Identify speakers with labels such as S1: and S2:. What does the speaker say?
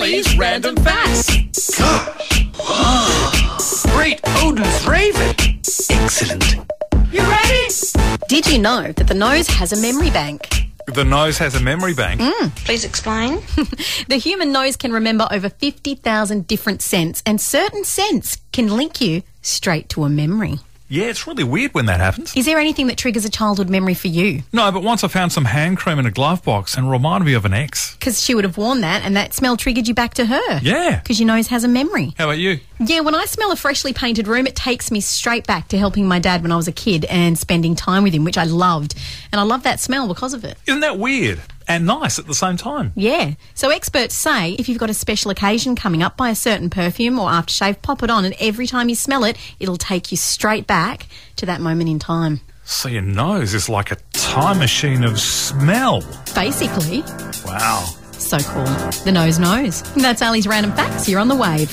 S1: these random facts.
S2: Gosh! Wow. Great Odin's Raven! Excellent.
S1: You ready?
S3: Did you know that the nose has a memory bank?
S4: The nose has a memory bank.
S2: Hmm?
S5: Please explain.
S3: The human nose can remember over 50,000 different scents, and certain scents can link you straight to a memory.
S4: Yeah, it's really weird when that happens.
S3: Is there anything that triggers a childhood memory for you?
S4: No, but once I found some hand cream in a glove box and reminded me of an ex.
S3: Because she would have worn that, and that smell triggered you back to her.
S4: Yeah.
S3: Because your nose has a memory.
S4: How about you?
S3: Yeah, when I smell a freshly painted room, it takes me straight back to helping my dad when I was a kid and spending time with him, which I loved. And I love that smell because of it.
S4: Isn't that weird and nice at the same time?
S3: Yeah. So experts say if you've got a special occasion coming up by a certain perfume or aftershave, pop it on, and every time you smell it, it'll take you straight back to that moment in time.
S4: So your nose is like a time machine of smell.
S3: Basically,
S4: Wow.
S3: so cool. The nose knows. That's Ali's random facts. You're on the wave.